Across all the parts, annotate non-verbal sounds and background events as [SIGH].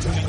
tuning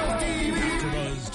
AfterBuzz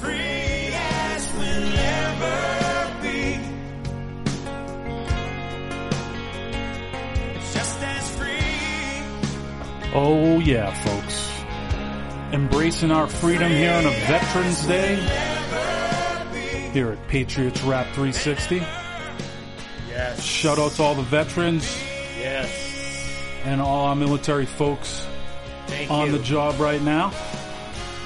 Free as we'll ever be. Just as free. Oh, yeah, folks. Embracing our freedom here on a Veterans Day here at Patriots Rap 360. Yes. Shout out to all the veterans Yes. and all our military folks Thank on you. the job right now,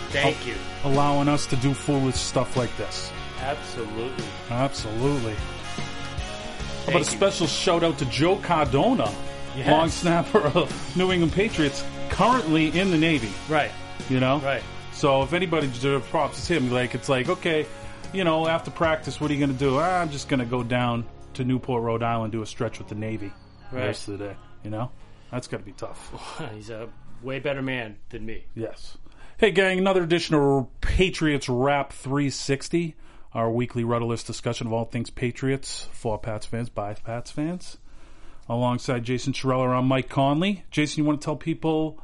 Thank you. allowing us to do foolish stuff like this. Absolutely. Absolutely. How about a Thank you. special shout out to Joe Cardona, Yes. long snapper of New England Patriots, currently in the Navy. Right. You know? Right. So if anybody deserves props, it's him. Like it's like, okay, you know, after practice, what are you gonna do? Ah, I'm just gonna go down to Newport, Rhode Island, do a stretch with the Navy the Right. rest of the day. You know? That's gotta be tough. [LAUGHS] He's a way better man than me. Yes. Hey gang, another edition of Patriots Wrap three sixty. Our weekly rudderless discussion of all things Patriots for Pats fans, by Pats fans. Alongside Jason Chireller, I'm Mike Conley. Jason, you want to tell people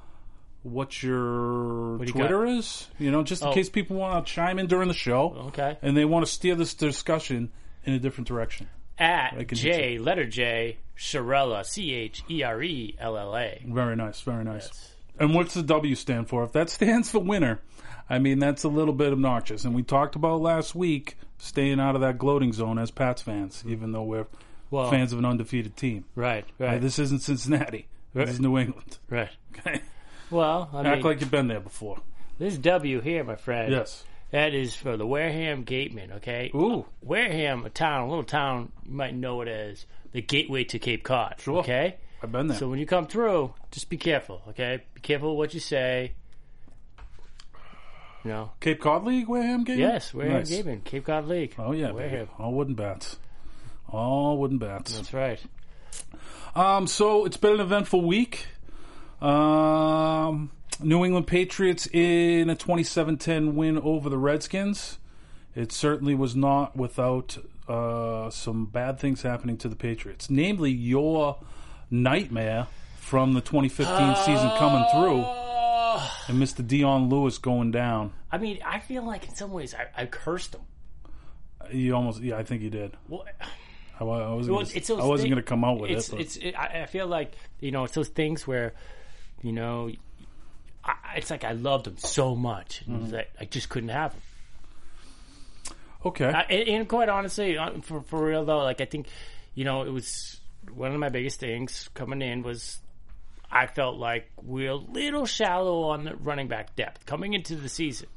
what your do you Twitter is? You know, just in Oh. case people want to chime in during the show Okay. and they want to steer this discussion in a different direction. At can J, letter J, Shirella, C H E R E L L A. Very nice, very nice. And what's the W stand for? If that stands for winner, I mean that's a little bit obnoxious. And we talked about last week staying out of that gloating zone as Pats fans, even though we're Well, fans of an undefeated team. Right, right, Uh, This isn't Cincinnati. Right. This is New England. [LAUGHS] right. Okay, Well, I act mean, like you've been there before. this W here, my friend. Yes. That is for the Wareham Gateman, okay? Ooh, Wareham, a town, a little town, you might know it as the gateway to Cape Cod. Sure. Okay? I've been there. So when you come through, just be careful, okay? Be careful what you say. You know? Cape Cod League, Wareham game. Yes, Wareham Nice. Gateman, Cape Cod League. Oh yeah, baby. Wareham. all wooden bats. All wooden bats. That's right. Um, so it's been an eventful week. Um, New England Patriots in a 27-10 win over the Redskins. It certainly was not without uh, some bad things happening to the Patriots, namely your nightmare from the 2015 season coming through, Oh, and Mr. Dion Lewis going down. I mean, I feel like in some ways I, I cursed him. You almost, yeah, I think you did. Well, I, wa- I wasn't Well, gonna- it's those I wasn't thi- going to come out with it's it. but- it's. It, I I feel like you know it's those things where, you know, I, it's like I loved him so much that I just couldn't have him. okay. I, and, and quite honestly, uh, for for real though, like I think, you know, it was one of my biggest things coming in was I felt like we're a little shallow on the running back depth coming into the season.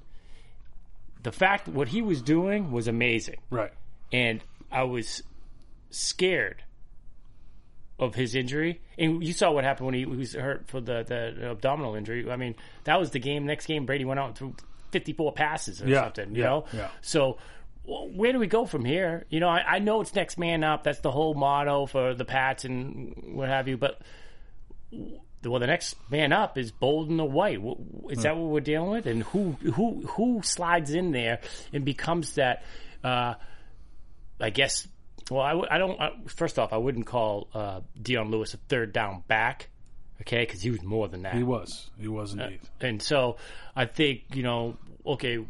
The fact what he was doing was amazing right. and I was scared of his injury. And you saw what happened when he was hurt for the, the abdominal injury. I mean, that was the game. Next game, Brady went out and threw 54 passes or Yeah, something, you yeah, know? yeah. So wh- where do we go from here? You know, I, I know it's next man up. That's the whole motto for the Pats and what have you. But, well, the next man up is Bolden or White. Wh- Is that what we're dealing with? And who who who slides in there and becomes that uh, I guess. Well, I, w- I don't. I, first off, I wouldn't call uh, Dion Lewis a third down back, okay? Because he was more than that. He was. He was indeed. And so I think you know, okay,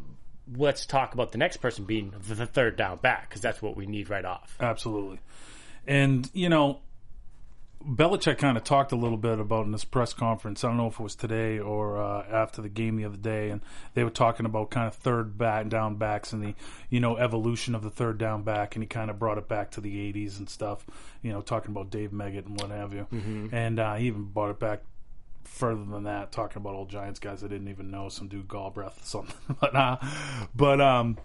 let's talk about the next person being the, the third down back because that's what we need right off. Absolutely. And, you know, Belichick kind of talked a little bit about in this press conference. I don't know if it was today or uh, after the game the other day, and they were talking about kind of third back down backs and the you know evolution of the third down back, and he kind of brought it back to the '80s and stuff. You know, talking about Dave Meggett and what have you, and uh, he even brought it back further than that, talking about old Giants guys I didn't even know, some dude Galbraith [LAUGHS] something, but uh, but um,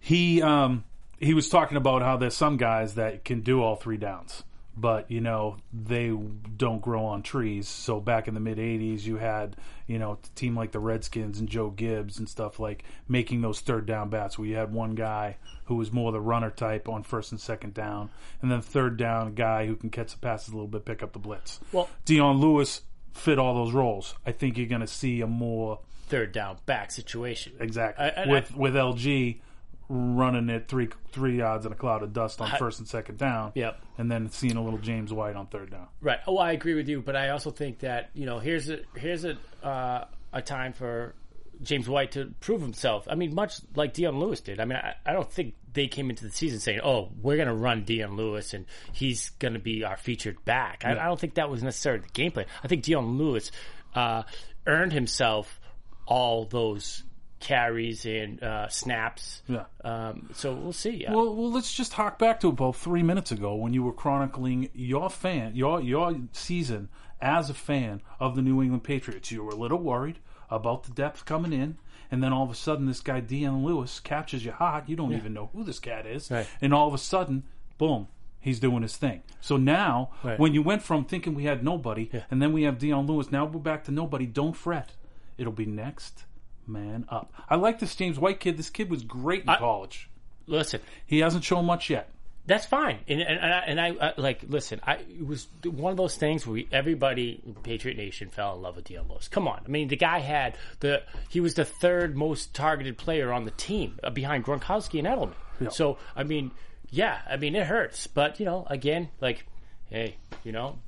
he um, he was talking about how there's some guys that can do all three downs, but you know they don't grow on trees. So back in the mid '80s, you had you know a team like the Redskins and Joe Gibbs and stuff like making those third down bats, where you had one guy who was more the runner type on first and second down, and then third down guy who can catch the passes a little bit, pick up the blitz. Well- Dion Lewis fit all those roles. I think you're going to see a more third down back situation. exactly I- I- with with LG running it three three yards in a cloud of dust on first and second down. Yep. and then seeing a little James White on third down. Right. Oh, I agree with you, but I also think that you know here's a here's a uh, a time for James White to prove himself. I mean, much like Dion Lewis did. I mean, I, I don't think they came into the season saying, "Oh, we're going to run Dion Lewis and he's going to be our featured back." I, I don't think that was necessarily the game plan. I think Dion Lewis uh, earned himself all those carries and uh, snaps. Yeah. Um, so we'll see. Uh, Well, well, let's just hop back to about three minutes ago when you were chronicling your fan, your your season as a fan of the New England Patriots. You were a little worried about the depth coming in, and then all of a sudden, this guy Dion Lewis catches you hot. You don't even know who this cat is, Right. and all of a sudden, boom. He's doing his thing. So now, Right. when you went from thinking we had nobody, and then we have Dion Lewis, now we're back to nobody. Don't fret. It'll be next man up. I like this James White kid. This kid was great in college. listen, He hasn't shown much yet. That's fine, and and, and I, and I uh, like listen. I it was one of those things where we, everybody, in Patriot Nation, fell in love with Dion Lewis. Come on, I mean the guy had the he was the third most targeted player on the team uh, behind Gronkowski and Edelman. So I mean, yeah, I mean it hurts, but you know, again, like, hey, you know,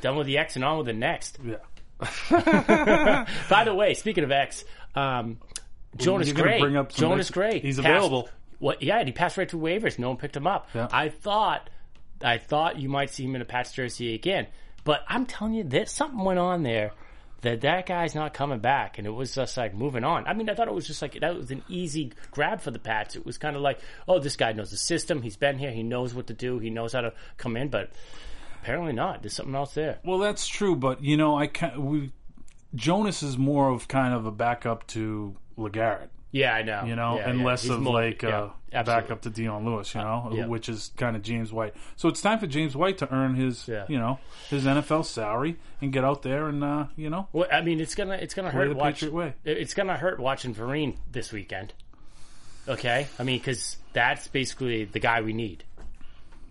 done with the X and on with the next. Yeah. By the way, speaking of X, um, Jonas you're gonna Gray. bring up some Jonas X- Gray. he's passed- available. What? Yeah, and he passed right through waivers. No one picked him up. Yeah. I thought, I thought you might see him in a patch jersey again. But I'm telling you, that something went on there. That that guy's not coming back, and it was just like moving on. I mean, I thought it was just like that was an easy grab for the Pats. It was kind of like, oh, this guy knows the system. He's been here. He knows what to do. He knows how to come in. But apparently not. There's something else there. Well, that's true, but you know, I can we Jonas is more of kind of a backup to LeGarrette, Yeah, I know. you know, yeah, and yeah. less He's of more- like uh, yeah, absolutely. backup to Dion Lewis, you know, yeah. which is kind of James White. So it's time for James White to earn his, Yeah. you know, his NFL salary and get out there and uh, you know, Well, I mean, it's gonna it's gonna play hurt the watch, Patriot way. it- It's gonna hurt watching Vereen this weekend. Okay, I mean, because that's basically the guy we need.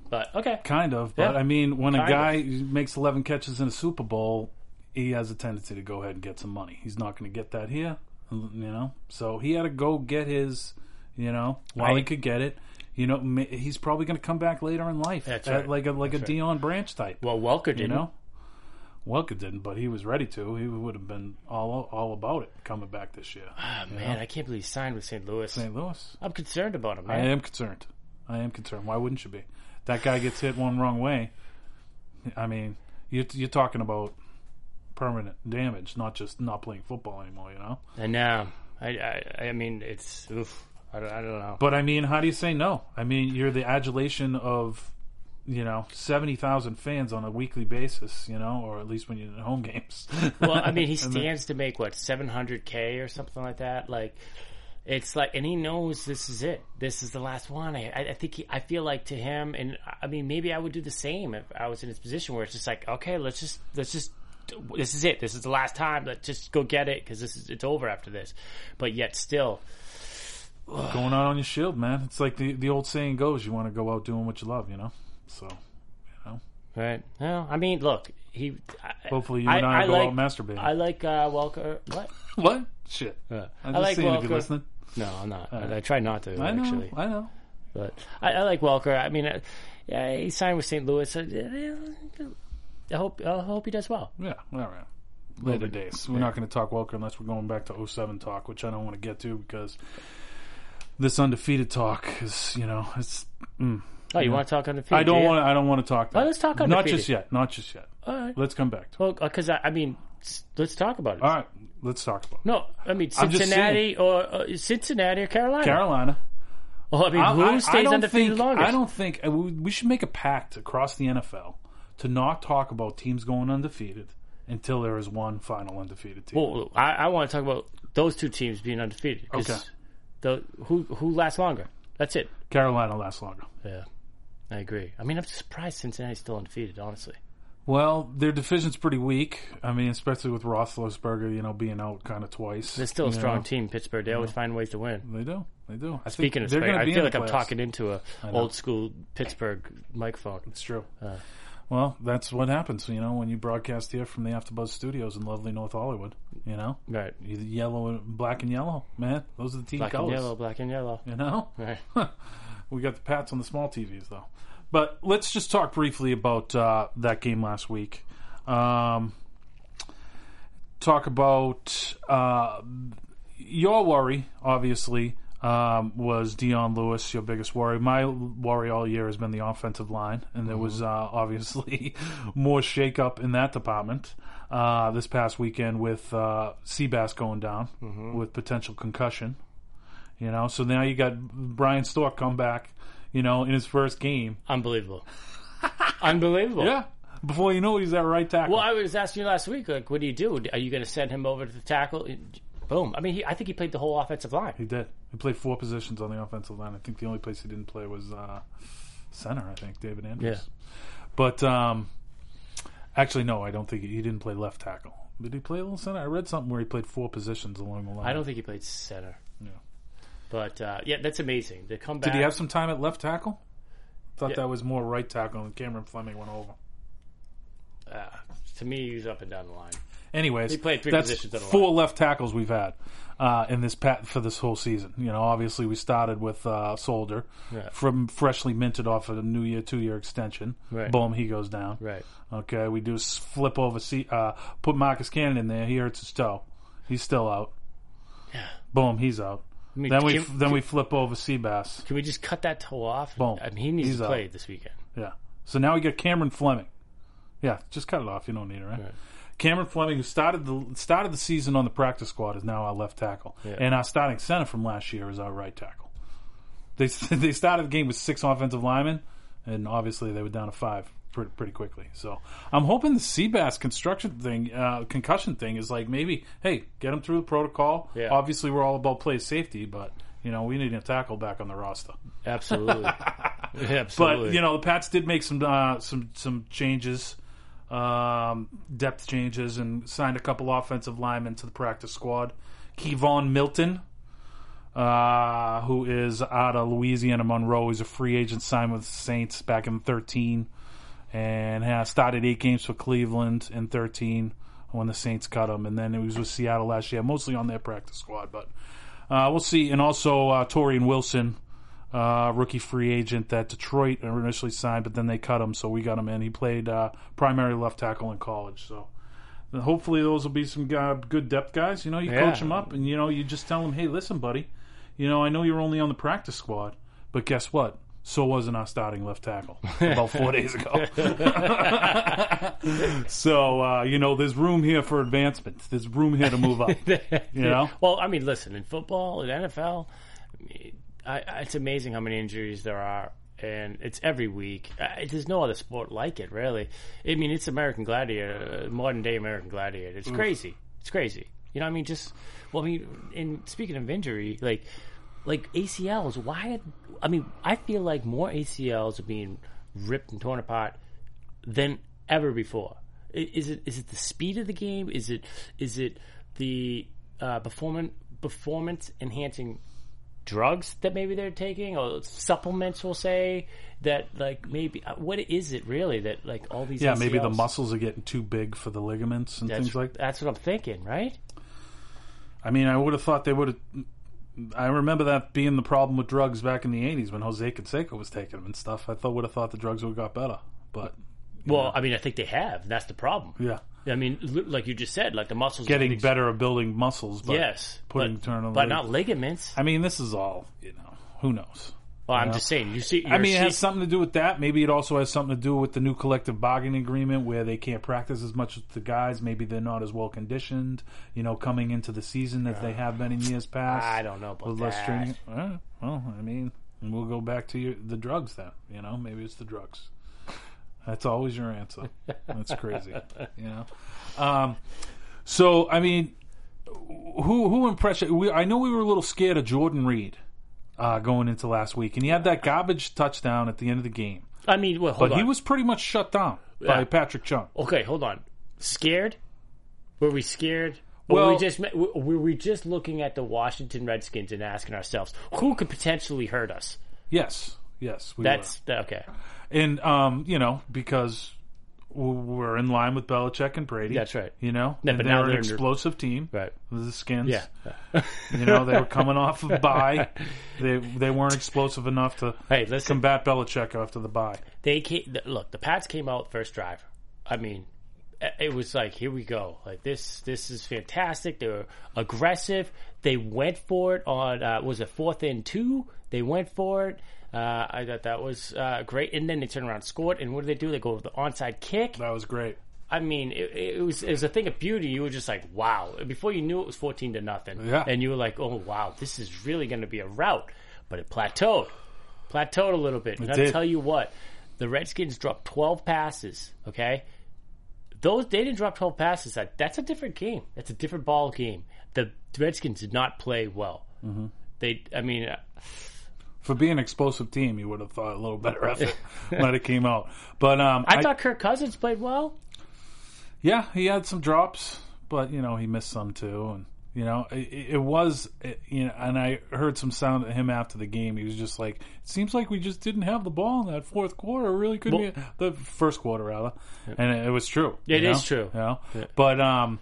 But okay, Kind of, but Yeah. I mean, when a Kind guy makes 11 catches in a Super Bowl, he has a tendency to go ahead and get some money. He's not going to get that here, you know. So he had to go get his, you know, while he Right. could get it. You know, ma- he's probably going to come back later in life, That's at right. like a like a That's right. Dion Branch type. well, Welker didn't. you know, Welker didn't, but he was ready to. He would have been all all about it coming back this [SIGHS] year. Oh, man, I can't believe he signed with St. Louis. St. Louis, I'm concerned about him, I man. am concerned. I am concerned. Why wouldn't you be? That guy gets hit one wrong way. I mean, you're, you're talking about permanent damage, not just not playing football anymore, you know? I know. I, I I mean, it's oof. I don't, I don't know. But I mean, how do you say no? I mean, you're the adulation of, you know, 70,000 fans on a weekly basis, you know, or at least when you're in home games. [LAUGHS] well, I mean, he And then- stands to make what 700k or something like that. Like, it's like, and he knows this is it. This is the last one. I, I- I think he, I feel like to him, and I- I mean, maybe I would do the same if I was in his position, where it's just like, okay, let's just, let's just, this is it. This is the last time. Let's just go get it because this is, it's over after this. But yet, still, going out on your shield, man. It's like the, the old saying goes you want to go out doing what you love, you know? So right? Well, I mean, look, he. I, hopefully you and I, go like, out masturbating. I like uh, Welker. What? what? Shit. I'm I just like saying if Welker. you're listening. No, I'm not. I, I try not to. I know. actually. I know. But I, I like Welker. I mean, uh, yeah, he signed with St. Louis. Uh, yeah, I hope I hope he does well. Yeah, all right. Later days. We're not going to talk Welker unless we're going back to 07 talk, which I don't want to get to because this undefeated talk is, you know, it's. Oh, you want to talk on the field? I don't want. to I don't want to talk. Uh, That. Well, let's talk Not undefeated. just yet. Not just yet. All right. Let's come back to. it. Well, because I, I mean, s- let's talk about it. All right. Let's talk about it. No, I mean I'm just Cincinnati or uh, Cincinnati or Carolina. Carolina. Oh, I mean, who stays don't undefeated think, longest? I don't think uh, we we should make a pact across the NFL to not talk about teams going undefeated until there is one final undefeated team. Well, I, I want to talk about those two teams being undefeated. 'cause Okay. The who who lasts longer? That's it. Carolina lasts longer. Yeah, I agree. I mean, I'm surprised Cincinnati's still undefeated. Honestly, Well, their division's pretty weak. I mean, especially with Roethlisberger, you know, being out kind of twice. they're still a you strong know. team. Pittsburgh. They always find ways to win. They do. They do. I Speaking think of, they're Pittsburgh, gonna I be in feel the like I'm playoffs. talking into a know. old school Pittsburgh microphone. It's true. Uh. well, that's what happens, you know, when you broadcast here from the AfterBuzz Studios in lovely North Hollywood. You know, Right. You- yellow and black and yellow, man. Those are the team Black colors. and yellow. Black and yellow. You know, Right. [LAUGHS] we got the Pats on the small TVs though. But let's just talk briefly about uh, that game last week. Um, talk about uh, your worry, obviously, um, was Dion Lewis, your biggest worry. My worry all year has been the offensive line, and there was uh, obviously [LAUGHS] more shakeup in that department uh, this past weekend with uh, Seabass going down with potential concussion. You know, so now you got Brian Stork come back, you know, in his first game. Unbelievable. Unbelievable. Yeah. Before you know it, he's at right tackle. Well, I was asking you last week, like, what do you do? Are you going to send him over to the tackle? Boom. I mean, he, I think he played the whole offensive line. He did. He played four positions on the offensive line. I think the only place he didn't play was uh, center. I think David Andrews. But um, actually, no, I don't think he, he didn't play left tackle. Did he play a little center? I read something where he played four positions along the line. I don't think he played center. Yeah. But uh, yeah, that's amazing. The comeback. Did he have some time at left tackle? Thought Yeah. that was more right tackle, and Cameron Fleming went over. uh, to me, he was up and down the line. Anyways, He played three that's positions on the four left tackles we've had uh, in this pat for this whole season. You know, obviously we started with uh, Solder Yeah. from freshly minted off of a new year, two year extension. Right. Boom, he goes down. Right. Okay, we do s- flip over, see, uh, put Marcus Cannon in there. He hurts his toe. He's still out. Yeah. Boom, he's out. I mean, Then we can, f then we flip over Seabass. can we just cut that toe off? Boom. I mean, he needs He's to out. play this weekend. Yeah. So now we get Cameron Fleming. Yeah, just cut it off. You don't need it, right? Right. Cameron Fleming, who started the started the season on the practice squad, is now our left tackle, Yeah. and our starting center from last year is our right tackle. They [LAUGHS] they started the game with six offensive linemen, and obviously they were down to five pretty, pretty quickly. So I'm hoping the Seabass construction thing, uh, concussion thing, is like maybe hey, get him through the protocol. Yeah. Obviously, we're all about play safety, but you know we need a tackle back on the roster. [LAUGHS] Absolutely. But Absolutely. you know, the Pats did make some uh, some some changes, um, depth changes, and signed a couple offensive linemen to the practice squad. Kevon Milton, uh, who is out of Louisiana Monroe, he's a free agent signed with the Saints back in thirteen, and has started eight games for Cleveland in thirteen when the Saints cut him, and then he was with Seattle last year, mostly on their practice squad, but. Uh, we'll see. And also, uh, Torian Wilson, uh, rookie free agent that Detroit initially signed, but then they cut him, so we got him in. He played uh, primary left tackle in college, so and hopefully those will be some uh, good depth guys. You know, you Yeah. coach them up, and you know, you just tell them, hey, listen, buddy, you know, I know you're only on the practice squad, but guess what? So wasn't our starting left tackle about four days ago. [LAUGHS] so uh, you know, there's room here for advancement. There's room here to move up. You know, Well, I mean, listen, in football, in NFL, I mean, I, I, it's amazing how many injuries there are, and it's every week. I, there's no other sport like it, really. I mean, it's American Gladiator, uh, modern day American Gladiator. It's crazy. It's crazy. You know, what I mean, just well, I mean, and speaking of injury, like, like ACLs. Why? Did, I mean, I feel like more ACLs are being ripped and torn apart than ever before. I- Is it is it the speed of the game? Is it is it the uh, performance performance enhancing drugs that maybe they're taking or supplements? We'll say that like maybe uh, what is it really that like all these yeah, maybe the ACLs muscles are getting too big for the ligaments and That's, things like that. that's what I'm thinking, right? I mean, I would have thought they would have. I remember that being the problem with drugs back in the '80s when Jose Canseco was taking them and stuff. I thought would have thought the drugs would have got better, but Well, I mean, I think they have. That's the problem. yeah, I mean, li- like you just said, like the muscles getting better at building muscles. But Yes, putting but, turn on but lig- not ligaments. I mean, this is all you know. Who knows? Well, I'm just saying. You see, I mean, it you're has something to do with that. Maybe it also has something to do with the new collective bargaining agreement where they can't practice as much as the guys. Maybe they're not as well conditioned, you know, coming into the season as they have been in years past. I don't know about with less that. training. All right. Well, I mean, and we'll go back to your, the drugs then. You know, maybe it's the drugs. That's always your answer. That's [LAUGHS] crazy. you know. Um, so I mean, who who impressed you? We, I know we were a little scared of Jordan Reed uh, going into last week, and he had that garbage touchdown at the end of the game, I mean, well, hold but on. he was pretty much shut down by Yeah. Patrick Chung. okay. Hold on. Scared? Were we scared? Or were Well- we just were we just looking at the Washington Redskins and asking ourselves who could potentially hurt us? Yes, yes, we That's that- okay. were. and um, you know because w- we're in line with Belichick and Brady. That's right. You know, Yeah, and but they're now an they're- explosive team. Right. The Skins. Yeah. You know, they were coming off of [LAUGHS] bye. They they weren't explosive enough to Hey, listen. combat Belichick after the bye. They came, th- look. The Pats came out first drive. I mean, i- it was like here we go. Like this, this is fantastic. They were aggressive. They went for it on uh, was it fourth and two. They went for it. Uh, I thought that was uh, great. And then they turned around, and scored. And what did they do? They go with the onside kick. That was great. I mean, it, it was it was a thing of beauty. You were just like, wow. Before you knew it was fourteen to nothing, Yeah. and you were like, oh wow, this is really going to be a rout. But it plateaued, plateaued a little bit. And I'll did. tell you what, the Redskins dropped twelve passes. Okay, those they didn't drop twelve passes. That that's a different game. That's a different ball game. The Redskins did not play well. Mm-hmm. They, I mean, uh, For being an explosive team, you would have thought a little better [LAUGHS] effort when it came out. But um, I, thought Kirk Cousins played well. yeah, he had some drops, but you know he missed some too, and you know it, it was it, you know. And I heard some sound of him after the game. He was just like, "It seems like we just didn't have the ball in that fourth quarter. It Really couldn't Well- be the first quarter rather." And it, it was true. It It is is true. You know? But um,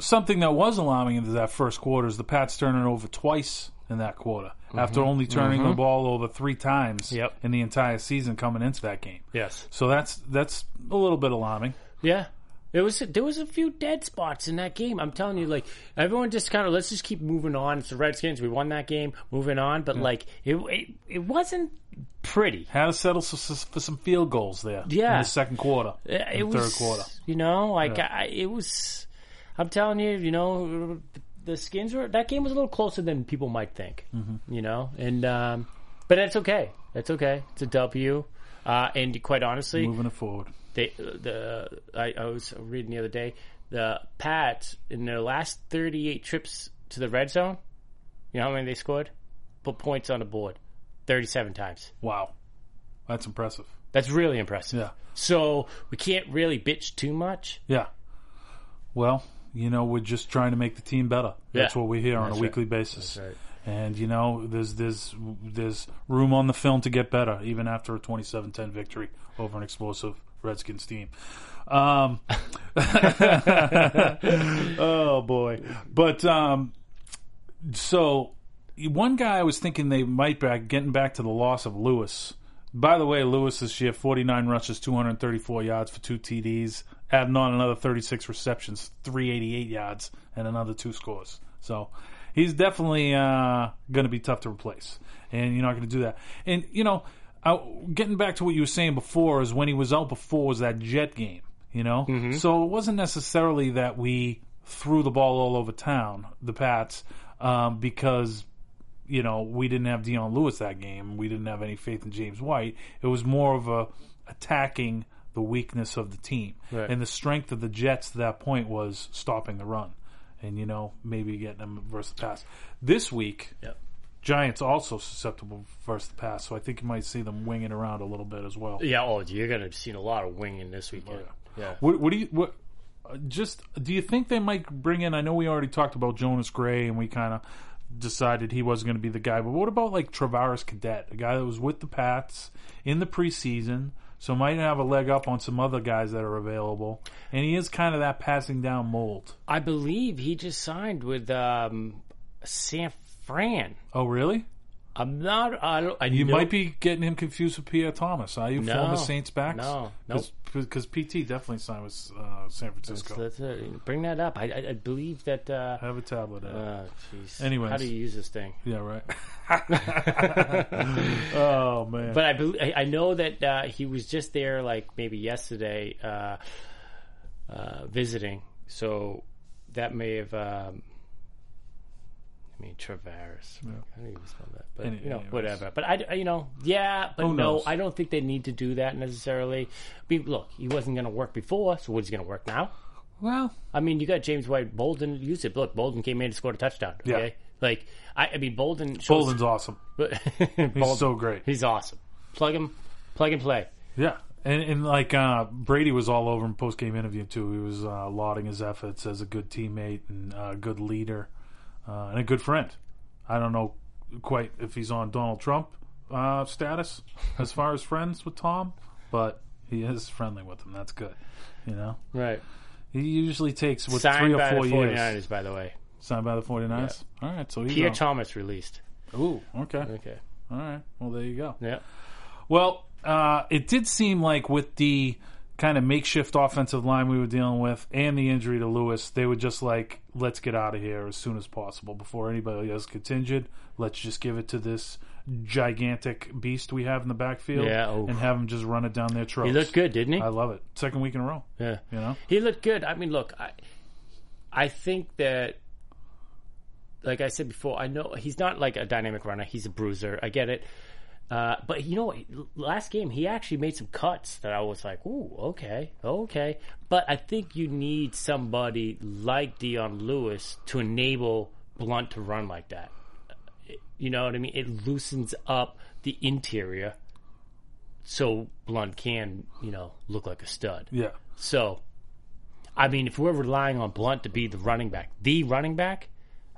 something that was alarming into that first quarter is the Pats turning over twice in that quarter after only turning the ball over three times Mm-hmm. Yep. in the entire season coming into that game. Yes. So that's that's a little bit alarming. Yeah. There was there was a few dead spots in that game. I'm telling you, like everyone just kind of let's just keep moving on. It's the Redskins. We won that game. Moving on, but like it, it it wasn't pretty. Had to settle s- s- for some field goals there in Yeah. the second quarter, in It, it the was third quarter. You know, like I, it was. I'm telling you, you know, the skins were that game was a little closer than people might think. Mm-hmm. You know, and um, but that's okay. That's okay. It's a W. Uh, and quite honestly, Moving it forward. they the I, I was reading the other day the Pats in their last 38 trips to the red zone. You know how many they scored? Put points on the board, 37 times. Wow, that's impressive. That's really impressive. Yeah. So we can't really bitch too much. Yeah. Well, you know, we're just trying to make the team better. That's Yeah. what we hear on That's a right. weekly basis. And you know, there's there's there's room on the film to get better, even after a 27-10 victory over an explosive Redskins team. Um, [LAUGHS] oh boy! But um, so one guy I was thinking they might back getting back to the loss of Lewis. By the way, Lewis this year, 49 rushes, 234 yards for two TDs. Adding on another 36 receptions, 388 yards, and another two scores. So he's definitely uh, going to be tough to replace. And you're not going to do that. And, you know, I, getting back to what you were saying before is when he was out before was that Jet game, you know? So it wasn't necessarily that we threw the ball all over town, the Pats, um, because you know, we didn't have Deion Lewis that game. We didn't have any faith in James White. It was more of a attacking the weakness of the team. Right. And the strength of the Jets at that point was stopping the run. And, you know, maybe getting them versus the pass. This week, Yep. Giants also susceptible versus the pass. So I think you might see them winging around a little bit as well. Yeah. Oh, you're gonna see a lot of winging this weekend. Oh, yeah. What, what do you what? uh, Just do you think they might bring in? I know we already talked about Jonas Gray, and we kind of decided he wasn't going to be the guy. But what about like Travaris Cadet, a guy that was with the Pats in the preseason, so might have a leg up on some other guys that are available, and he is kind of that passing down mold. I believe he just signed with um, San Fran. Oh, really? I'm not. I, don't- I You might be getting him confused with Pierre Thomas. Are you No. former Saints backs? No. Nope. because PT definitely signed with uh, San Francisco. Let's, uh, bring that up. I, I, I believe that. Uh, I have a tablet. at it. Oh, jeez. Anyways. how do you use this thing? yeah, right. [LAUGHS] [LAUGHS] oh man. But I bel I, I know that uh, he was just there, like maybe yesterday, uh, uh, visiting. So that may have. Um, I mean, Anthony Traveris. I don't even spell that, but Any- you know, anyways. whatever. But I, I- you know, yeah, but Who no, knows? I don't think they need to do that necessarily. I mean, look, he wasn't going to work before, so what's he going to work now? Well, I mean, you got James White, Bolden. Use it. Look, Bolden came in and scored a touchdown. Yeah. Okay? like I, I mean, Bolden. Shows, Bolden's awesome. [LAUGHS] Bolden- so great. He's awesome. Plug him, plug and play. Yeah, and and like uh, Brady was all over in post game interview too. He was uh, lauding his efforts as a good teammate and a good leader uh, and a good friend. I don't know quite if he's on Donald Trump uh, status as far as friends with Tom, but he is friendly with him. That's good. You know, Right. he usually takes what Signed three by or four the years 49ers, by the way. signed by the 49ers. All right, so you Pierre go. Thomas released. Ooh, okay, Okay. all right. Well, there you go. Yeah. Well, uh, it did seem like with the kind of makeshift offensive line we were dealing with and the injury to Lewis, they were just like, let's get out of here as soon as possible before anybody else gets injured. Let's just give it to this gigantic beast we have in the backfield Yeah, oof. and have him just run it down their throats. He looked good, didn't he? I love it. Second week in a row, yeah. you know? He looked good. I mean, look, I, I think that, like I said before, I know he's not like a dynamic runner. He's a bruiser. I get it. Uh, but you know, what? last game he actually made some cuts that I was like, "Ooh, okay, okay." But I think you need somebody like Dion Lewis to enable Blunt to run like that. You know what I mean? It loosens up the interior, so Blunt can you know look like a stud. Yeah. So, I mean, if we're relying on Blunt to be the running back, the running back,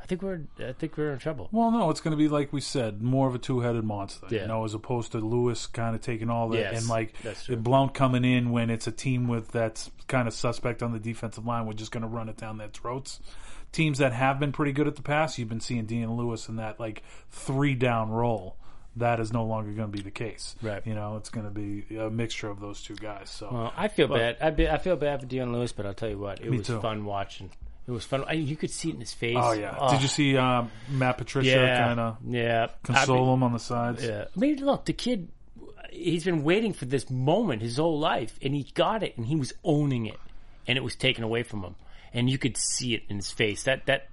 I think we're I think we're in trouble. Well, no, it's going to be like we said, more of a two-headed monster. Yeah. You know, as opposed to Lewis kind of taking all that Yes, and like that's true. Blount coming in when it's a team with that's kind of suspect on the defensive line. We're just going to run it down their throats. Teams that have been pretty good at the pass, you've been seeing Dean Lewis in that like three-down role. That is no longer going to be the case. Right. You know, it's going to be a mixture of those two guys. So Well, I feel bad. I, be, I feel bad for Dion Lewis, but I'll tell you what, it was too. fun watching. It was fun. I, you could see it in his face. Oh yeah! Did you see um, Matt Patricia uh, Yeah, kind of yeah. console I mean, him on the sides? yeah. I mean, look, the kid. He's been waiting for this moment his whole life, and he got it, and he was owning it, and it was taken away from him, and you could see it in his face. That that,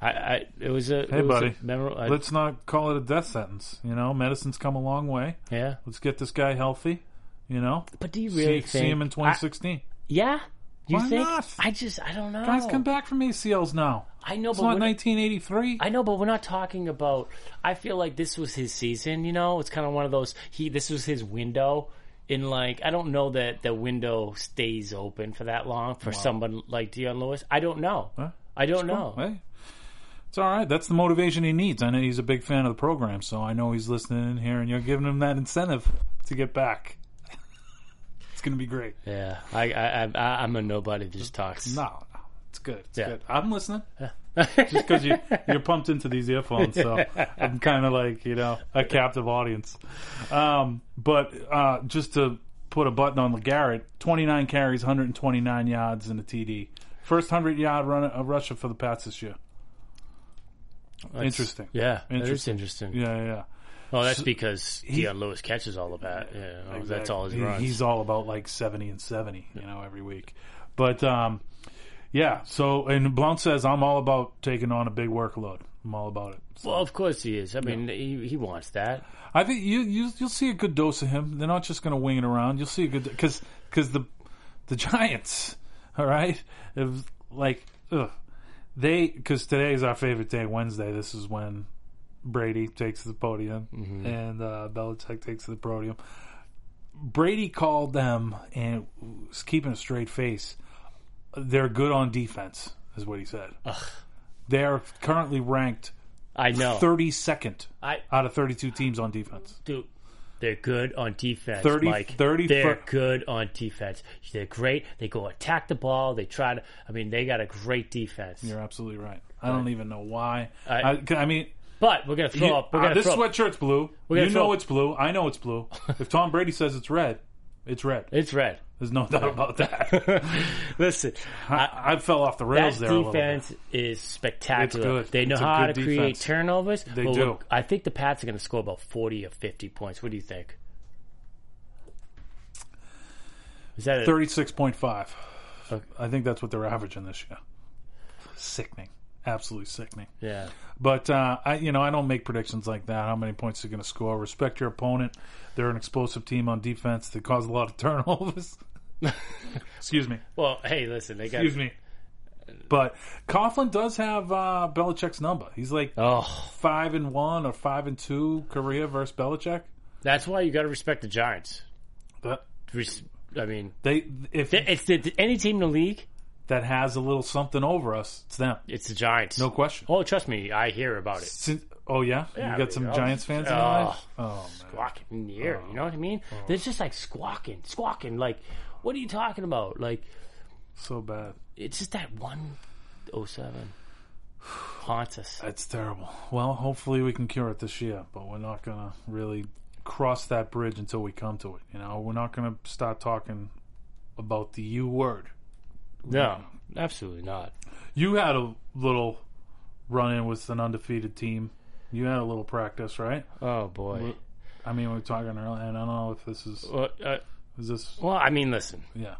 I, I it was Hey, a it was a buddy. memorable- I- Let's not call it a death sentence. You know, medicine's come a long way. yeah. Let's get this guy healthy. You know, But do you see, really think see him in I- 2016. Yeah. You Why think? not? I just I don't know. Guys, come back from ACLs now. I know, It's but not we're, 1983. I know, but we're not talking about. I feel like this was his season. You know, it's kind of one of those. He this was his window. In like, I don't know that the window stays open for that long for someone like Dion Lewis. I don't know. I don't know. Hey, it's all right. That's the motivation he needs. I know he's a big fan of the program, so I know he's listening in here, and you're giving him that incentive to get back. [LAUGHS] it's going to be great. Yeah, I, I, I I'm a nobody. that Just talks. No, no, it's good. It's Yeah. good. I'm listening. [LAUGHS] Just because you, you're pumped into these earphones, [LAUGHS] so I'm kind of like you know a captive audience. Um, but uh, just to put a button on Garrett, 29 carries, 129 yards, and a TD. First 100 yard run a rusher for the Pats this year. That's- Interesting. Yeah, that is Interesting. interesting. Yeah, yeah. yeah. Well, that's because Dion Lewis catches all of that. Yeah, oh, that's all his He- runs. He's all about like 70 and 70, you know, every week. But um, yeah, so and Blount says I'm all about taking on a big workload. I'm all about it. So, well, of course he is. I mean, he, he wants that. I think you, you you'll see a good dose of him. They're not just going to wing it around. You'll see a good because because the the Giants, [LAUGHS] all right, it was like ugh, they because today is our favorite day, Wednesday. This is when Brady takes the podium and uh, Belichick takes the podium. Brady called them and was keeping a straight face. They're good on defense, is what he said. They're currently ranked I know. thirty second I out of thirty two teams on defense. Dude, they're good on defense, 30 Mike. 30 they're fir- good on defense. They're great. They go attack the ball. They try to. I mean, they got a great defense. You're absolutely right. I don't even know why. I- I, I mean, But we're gonna throw you- up. We're uh, gonna this throw up. sweatshirt's blue. gonna You throw know up- it's blue. I know it's blue. if Tom Brady says it's red, it's red. It's red. [LAUGHS] There's no doubt about that. Listen, I, I fell off the that rails there. A little bit. defense is spectacular. It's good. They know It's a how to good create defense. turnovers. They do. I think the Pats are gonna score about forty or fifty points. What do you think? Is that a, Thirty-six point five. Okay. I think that's what they're averaging this year. Sickening. absolutely sickening. Yeah. But uh, I, you know, I don't make predictions like that. How many points they're going to score? Respect your opponent. They're an explosive team on defense. They cause a lot of [LAUGHS] [LAUGHS] turnovers. Excuse me. Well, hey, listen, they got. Excuse me. But Coughlin does have uh, Belichick's number. He's like Oh, five and one or five and two. Korea versus Belichick. that's why you got to respect the Giants. But Res- I mean, they if th- it's the, any team in the league, that has a little something over us, it's them. it's the Giants. No question. Oh, trust me, I hear about it. Sin- oh yeah, Yeah, you I got some mean, Giants fans in your oh. life. Oh man. Squawking in the air, you know what I mean? Uh-huh. They're just like squawking, squawking. Like, what are you talking about? Like, so bad. it's just that one oh seven [SIGHS] haunts us. That's terrible. Well, hopefully we can cure it this year, but we're not gonna really cross that bridge until we come to it. You know, we're not gonna start talking about the U word. No, absolutely not. You had a little run in with an undefeated team. You had a little practice, right? Oh boy. I mean, we were talking earlier, and I don't know if this is Well, uh, is this. well I mean, listen. Yeah,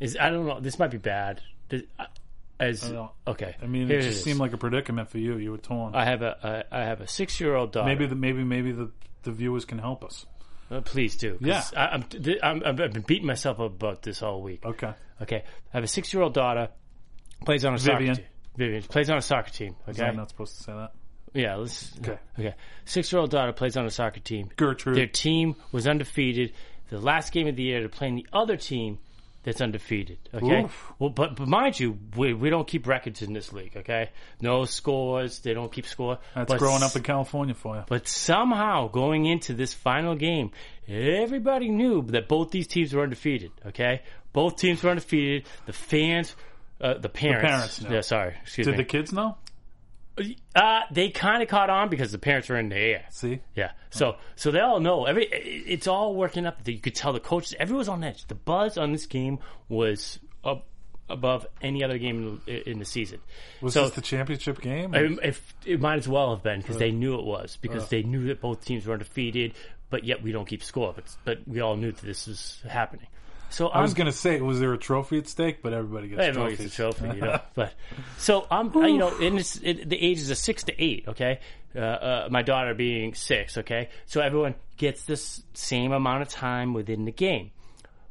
Is I don't know. This might be bad. Does- I- As don't- okay, I mean, here it just is. seemed like a predicament for you. You were torn. I have a I, I have a six year old daughter. maybe the maybe maybe the the viewers can help us. Uh, please do. 'cause I, I'm, th- I'm, I've been beating myself up about this all week. Okay, Okay, I have a six year old daughter plays on a Vivian. soccer team. Vivian plays on a soccer team. Okay, I'm not supposed to say that. yeah. Let's, Okay. okay. Six year old daughter plays on a soccer team. Gertrude. Their team was undefeated. The last game of the year, they're playing the other team that's undefeated. Okay. Oof. Well, but, but mind you, we, we don't keep records in this league. Okay. No scores. They don't keep score. That's But growing up s- in California for you. But somehow, going into this final game, everybody knew that both these teams were undefeated. Okay, both teams were undefeated. The fans, uh, the parents, parents knew. yeah, sorry, excuse Did the me. kids know? uh, they kind of caught on because the parents were in the air. See, Yeah, so so they all know. Every it- it's all working up. You could tell the coaches. Everyone's on edge. The buzz on this game was up above any other game in the, in the season. was so this the championship game? it, if, it might as well have been because they knew it was because they knew that both teams were undefeated, but yet we don't keep score. But but we all knew that this was happening. So I I'm was going to say, was there a trophy at stake? But everybody gets everyone trophies. gets a [LAUGHS] trophy, you know. But so I'm, I, you know, and it's, it, the ages are six to eight. Okay, uh, uh, my daughter being six. Okay, so everyone gets this same amount of time within the game.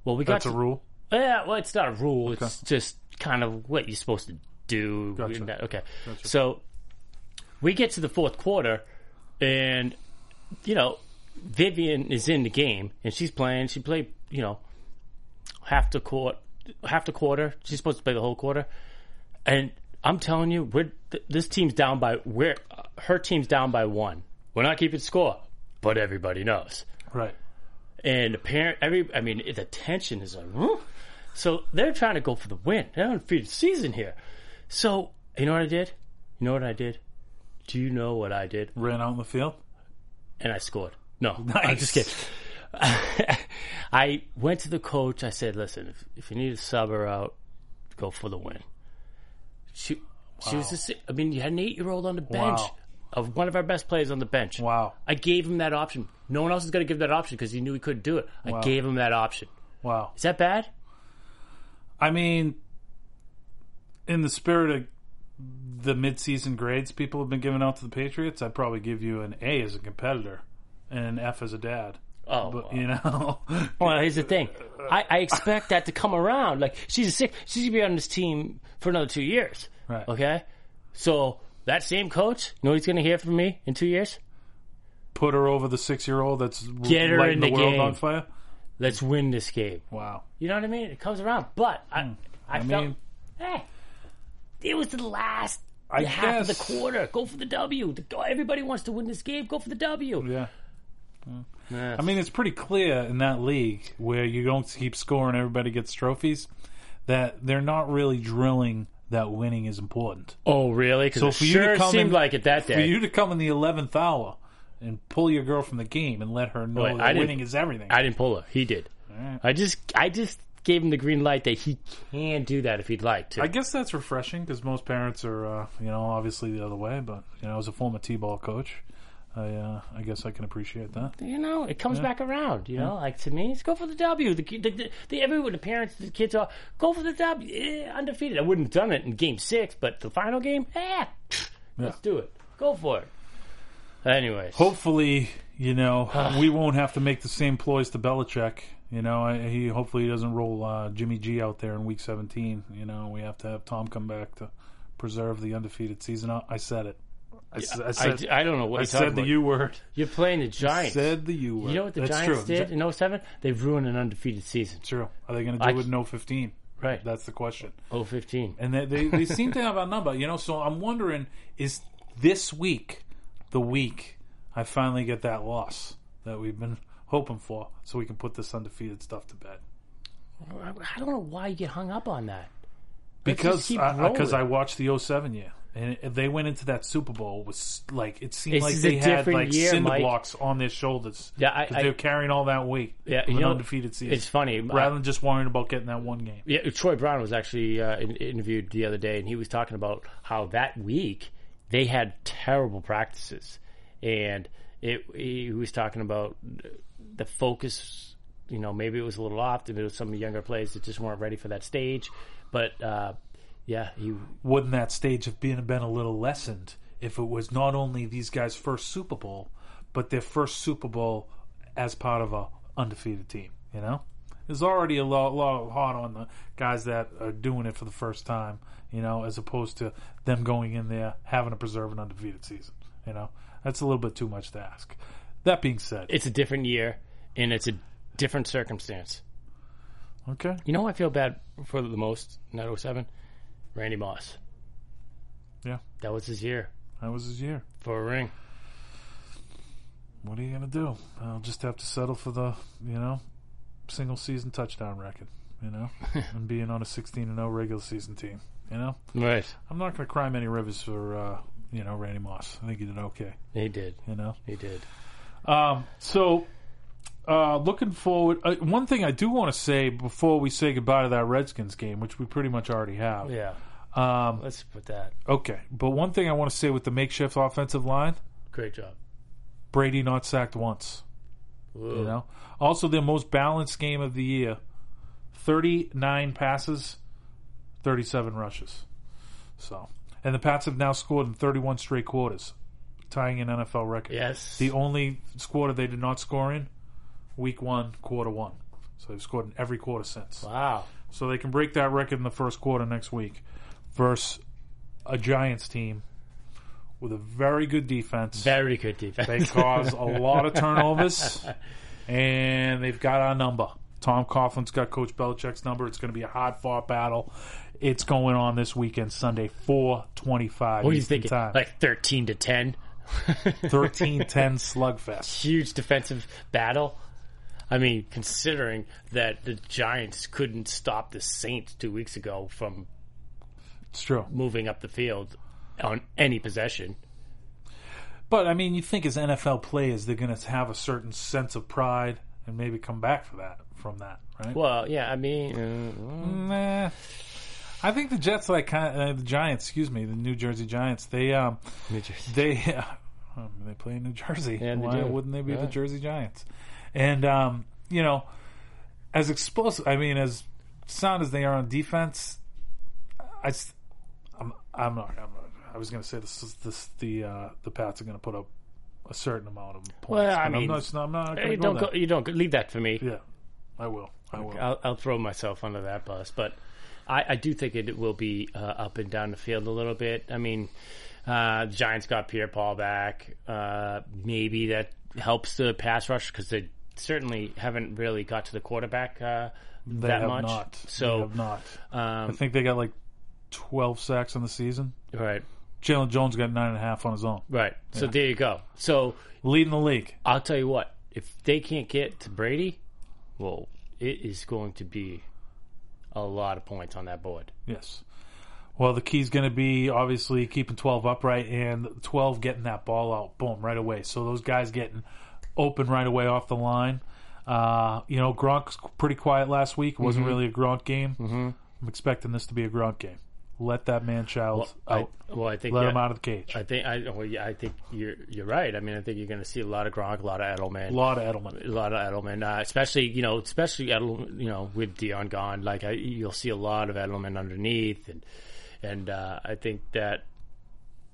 Well, we got That's a to- rule. Yeah, well, it's not a rule. It's just kind of what you're supposed to do. Gotcha. in that- Okay. So we get to the fourth quarter, and you know, Vivian is in the game, and she's playing. She played, you know, half the court, half the quarter. She's supposed to play the whole quarter, and I'm telling you, we're th- this team's down by we're uh, her team's down by one. We're not keeping score, but everybody knows Right. and the parent every I mean the tension is like "Huh?" so they're trying to go for the win. They're on undefeated season here. So you know what I did? You know what I did? Do you know what I did? Ran out in the field. And I scored. No, I'm Nice. just kidding. [LAUGHS] I went to the coach. I said, "Listen, if, if you need a sub her out, go for the win." She, she was. Just, I mean, you had an eight-year-old on the bench Wow. of one of our best players on the bench. Wow. I gave him that option. No one else is going to give that option because he knew he couldn't do it. I gave him that option. Wow. Is that bad? I mean, in the spirit of the midseason grades people have been giving out to the Patriots, I'd probably give you an A as a competitor and an F as a dad. Oh, But, well. you know, [LAUGHS] well, here's the thing. I, I expect that to come around. Like she's a sick. She's gonna be on this team for another two years. right. Okay, so that same coach, you know, what he's gonna hear from me in two years. Put her over the six year old that's Get her lighting in the world game. on fire. Let's win this game. Wow. You know what I mean? It comes around. But I, I, Hmm. I felt, mean- hey, it was the last I half of the guess- quarter. Go for the W. The- Everybody wants to win this game. Go for the W. Yeah. I mean, it's pretty clear in that league where you don't keep score and everybody gets trophies that they're not really drilling that winning is important. oh, really? So Because for it you to sure come seemed in- like it that For day. you to come in the 11th hour and pull your girl from the game and let her know Wait, that I didn't- winning is everything. I didn't pull her. He did. I just, I just gave him the green light that he can do that if he'd like to. I guess that's refreshing because most parents are, uh, you know, obviously the other way. But you know, as a former t-ball coach, I uh, I guess I can appreciate that. You know, it comes back around. You know, like to me, it's go for the W. The, ki- the, the, the everyone, the parents, the kids, all go for the W. Eh, undefeated. I wouldn't have done it in Game Six, but the final game, eh, let's do it. Go for it. Anyways, Hopefully, you [SIGHS] Ah. know, we won't have to make the same ploys to Belichick. You know, I, he hopefully he doesn't roll uh, Jimmy G out there in Week 17. You know, we have to have Tom come back to preserve the undefeated season. I, I said it. I, s- I I, said, d- I don't know what I you're said talking the about. U word. You're playing the Giants. Said the U word. you know what the That's Giants true. did in 07? They've ruined an undefeated season. True. Are they going to do I- it in 015? Right. That's the question. Oh, 15. And they, they, they seem to have a number, you know. So I'm wondering, is this week the week I finally get that loss that we've been hoping for, so we can put this undefeated stuff to bed? I I don't know why you get hung up on that. Because keep I, I- 'cause I rolling. watched the 07 year, and it- they went into that Super Bowl with s- like it seemed This like is they a had different like year, cinder Mike. blocks on their shoulders. Yeah, I- 'Cause I- they're carrying all that weight. Yeah, of you an know, undefeated season. It's funny. rather than just worrying about getting that one game. Yeah, Troy Brown was actually uh, in, interviewed the other day, and he was talking about how that week they had terrible practices, and it, he was talking about the focus. You know, maybe it was a little off. Maybe it was some of the younger players that just weren't ready for that stage. But uh, yeah, he wouldn't that stage have been been a little lessened if it was not only these guys' first Super Bowl, but their first Super Bowl as part of a undefeated team? You know, there's already a lot, lot hard on the guys that are doing it for the first time. You know, as opposed to them going in there having to preserve an undefeated season. You know, that's a little bit too much to ask. That being said, it's a different year, and it's a different circumstance. okay, You know, who I feel bad for the most in that 07? Randy Moss. Yeah. that was his year that was his year. for a ring. What are you gonna do? I'll just have to settle for the you know single season touchdown record, you know, and being on a sixteen and zero regular season team. You know, Right, I'm not gonna cry many rivers for uh, you know Randy Moss. I think he did okay. he did. You know, He did. um, so uh, looking forward. Uh, one thing I do want to say before we say goodbye to that Redskins game, which we pretty much already have. Yeah. Um, Let's put that. okay, but one thing I want to say with the makeshift offensive line, Great job. Brady not sacked once. You know. Also, their most balanced game of the year: thirty-nine passes, thirty-seven rushes. So, and the Pats have now scored in thirty-one straight quarters, tying an NFL record. Yes. The only quarter they did not score in, Week One, Quarter One. So they've scored in every quarter since. wow. So they can break that record in the first quarter next week, versus a Giants team with a very good defense. Very good defense. They cause a lot of turnovers, and they've got our number. Tom Coughlin's got Coach Belichick's number. It's going to be a hard fought battle. It's going on this weekend, Sunday, four twenty five. [LAUGHS] what are you thinking? Time. Like 13 to 10. 13 [LAUGHS] slugfest. Huge defensive battle. I mean, considering that the Giants couldn't stop the Saints two weeks ago from It's true. moving up the field on any possession. But I mean, you think as NFL players, they're going to have a certain sense of pride and maybe come back for that from that, right? Well, yeah, I mean, uh, Nah. I think the Jets, like kind of, uh, the Giants, excuse me, the New Jersey Giants, they um, they [LAUGHS] um, they play in New Jersey. Yeah, they Why do. wouldn't they be the Yeah. Jersey Giants? And um, you know, as explosive, I mean, as sound as they are on defense, I, s- I'm, I'm not. I'm not I was going to say this is this the uh, the Pats are going to put up a certain amount of points. Well, I but I'm mean, not, it's not- I'm not going you to don't go, you don't go, leave that for me. Yeah, I will. I will. I'll, I'll throw myself under that bus, but I, I do think it will be uh, up and down the field a little bit. I mean, uh, the Giants got Pierre Paul back. Uh, maybe that helps the pass rush because they certainly haven't really got to the quarterback uh, They that have much. not. they So, have not. I um, think they got like twelve sacks in the season. right, Jalen Jones got nine and a half on his own, right. So there you go. So leading the league. I'll tell you what, if they can't get to Brady, well, it is going to be a lot of points on that board. Yes. Well, the key's going to be obviously keeping 12 upright and 12 getting that ball out, boom, right away. So those guys getting open right away off the line. Uh, you know, Mm-hmm. Gronk's pretty quiet last week. It wasn't really a Gronk game. Mm-hmm. I'm expecting this to be a Gronk game. Let that man child I, out. well, I think Oh, Let yeah, him out of the cage. I think I, well, yeah, I think you're you're right. I mean, I think you're going to see a lot of Gronk, a lot of Edelman, a lot of Edelman. a lot of Edelman, uh, especially you know, especially Edelman, you know, with Dion gone, like I, you'll see a lot of Edelman underneath, and and uh, I think that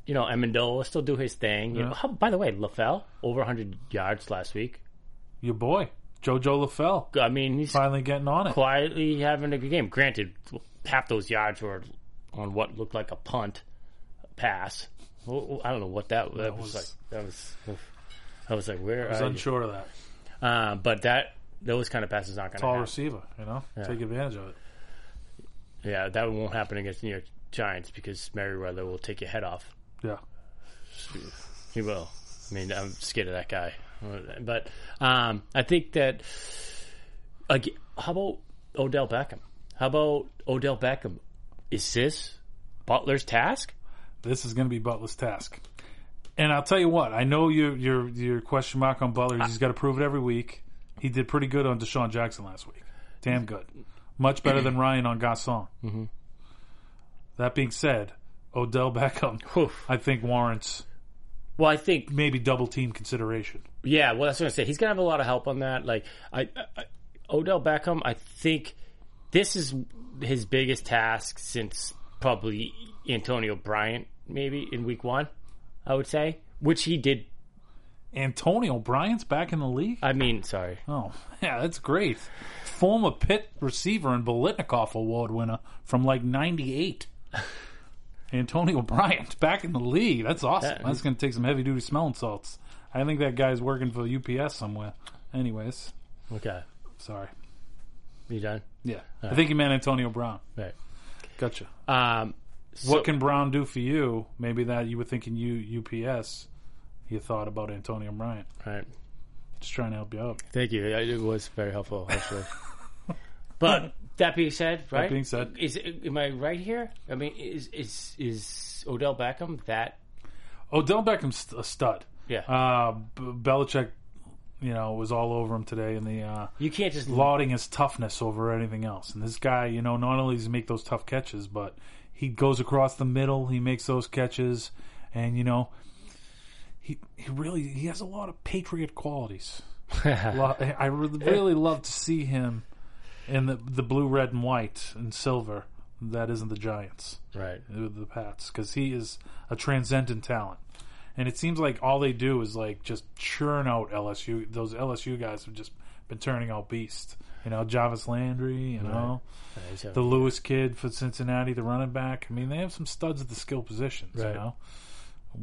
you know Amendola will still do his thing. You know, how, by the way, LaFell over 100 yards last week. Your boy JoJo LaFell I mean, he's finally getting on it. quietly having a good game. Granted, half those yards were on what looked like a punt pass. Well, I don't know what that, that, was, was- like. That was. oof. I was like, where? I was are you? unsure of that. Uh, but that those kind of passes not going to Tall happen. receiver, you know, take advantage of it. Yeah, that won't happen against the New York Giants because Merriweather will take your head off. Yeah, He will. I mean, I'm scared of that guy. But um, I think that. Again, how about Odell Beckham? How about Odell Beckham? Is this Butler's task? this is going to be Butler's task. And I'll tell you what, I know your your your question mark on Butler. He's got to prove it every week. He did pretty good on Deshaun Jackson last week. Damn good, much better than Ryan on Gasson. Mm-hmm. That being said, Odell Beckham, Oof. I think warrants Well, I think maybe double team consideration. yeah. Well, that's what I say. He's gonna have a lot of help on that. Like I, I Odell Beckham, I think this is his biggest task since probably Antonio Bryant, maybe in Week One. I would say, which he did. Antonio Bryant's back in the league. I mean, sorry, Oh, [LAUGHS] yeah, that's great. Former Pitt receiver and Bolitnikoff Award winner from like '98. [LAUGHS] Antonio Bryant back in the league. That's awesome. That- That's going to take some heavy duty smelling salts. I think that guy's working for UPS somewhere. Anyways, okay, sorry. you done? Yeah, I think you meant Antonio Brown. Right. Gotcha. Um, so- what can Brown do for you? Maybe that you were thinking you UPS. You thought about Antonio Bryant. right. Just trying to help you out. Thank you. I- It was very helpful, [LAUGHS] actually. but that being said, right? being said. is am I right here? I mean, is is is Odell Beckham that? Oh, Odell Beckham's a stud. Yeah, Uh, B- Belichick, you know, was all over him today in the uh, you can't just lauding his toughness over anything else. And this guy, you know, not only does he make those tough catches, but he goes across the middle, he makes those catches, and you know, he he really he has a lot of patriot qualities. A lot- I really, really love to see him in the the blue, red, and white and silver. That isn't the Giants right. with the Pats because he is a transcendent talent. And it seems like all they do is like just churn out LSU. Those LSU guys have just been turning out beasts. You know, Jarvis Landry. You know, the Lewis kid for Cincinnati, the running back. I mean, they have some studs at the skill positions. You Right. know,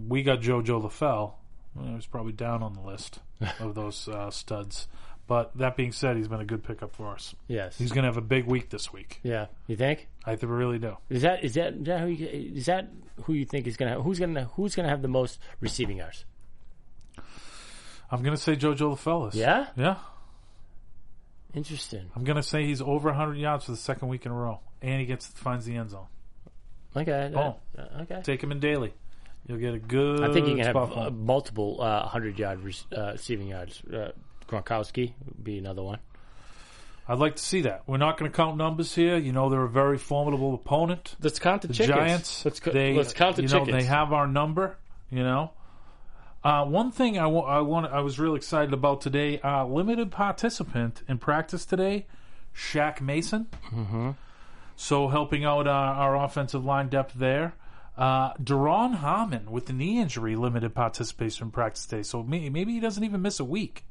we got JoJo LaFell. Well, he was probably down on the [LAUGHS] list of those uh, studs. But that being said, he's been a good pickup for us. yes. He's going to have a big week this week. yeah. You think I th- really do. is that is that is that who you, is that who you think is gonna who's gonna who's gonna have the most receiving yards? I'm going to say JoJo LaFell is. Yeah. Yeah. Interesting. I'm gonna say he's over 100 yards for the second week in a row, and he gets finds the end zone. Okay. Oh. uh, okay. Take him in daily. You'll get a good. I think you can have spot for uh, him. multiple uh, hundred yard re- uh, receiving yards. Uh, Gronkowski would be another one. I'd like to see that. We're not going to count numbers here. You know they're a very formidable opponent. Let's count the, The chickens. Giants. Let's, co- they, let's count the you chickens. Know, they have our number. You know. Uh, one thing I wa- I want I was real excited about today. Uh, limited participant in practice today, Shaq Mason. Mm-hmm. So helping out uh, our offensive line depth there. Uh, Daron Harmon with the knee injury, limited participation in practice today. So may- maybe he doesn't even miss a week.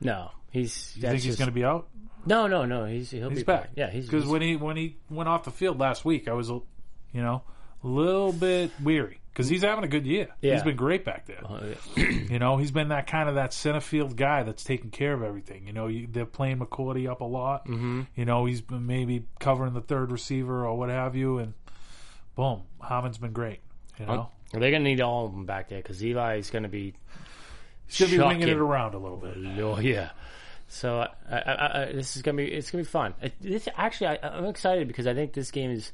no, he's. You think he's going to be out? No, no, no. He's he'll He's be back. fine. Yeah, he's because he's- when he when he went off the field last week, I was, a- you know, a little bit weary because he's having a good year. He's Yeah. been great back there. Uh, You know, he's been that kind of that center field guy that's taking care of everything. You know, you, they're playing McCourty up a lot. Mm-hmm. You know, he's been maybe covering the third receiver or what have you, and boom, Hammond's been great. You Oh, know, they're going to need all of them back there because Eli is going to be. should be winging it shocking. around a little bit. Oh yeah. So I, I, I, I- this is going to be it's going to be fun. I, this actually I, I'm excited because I think this game is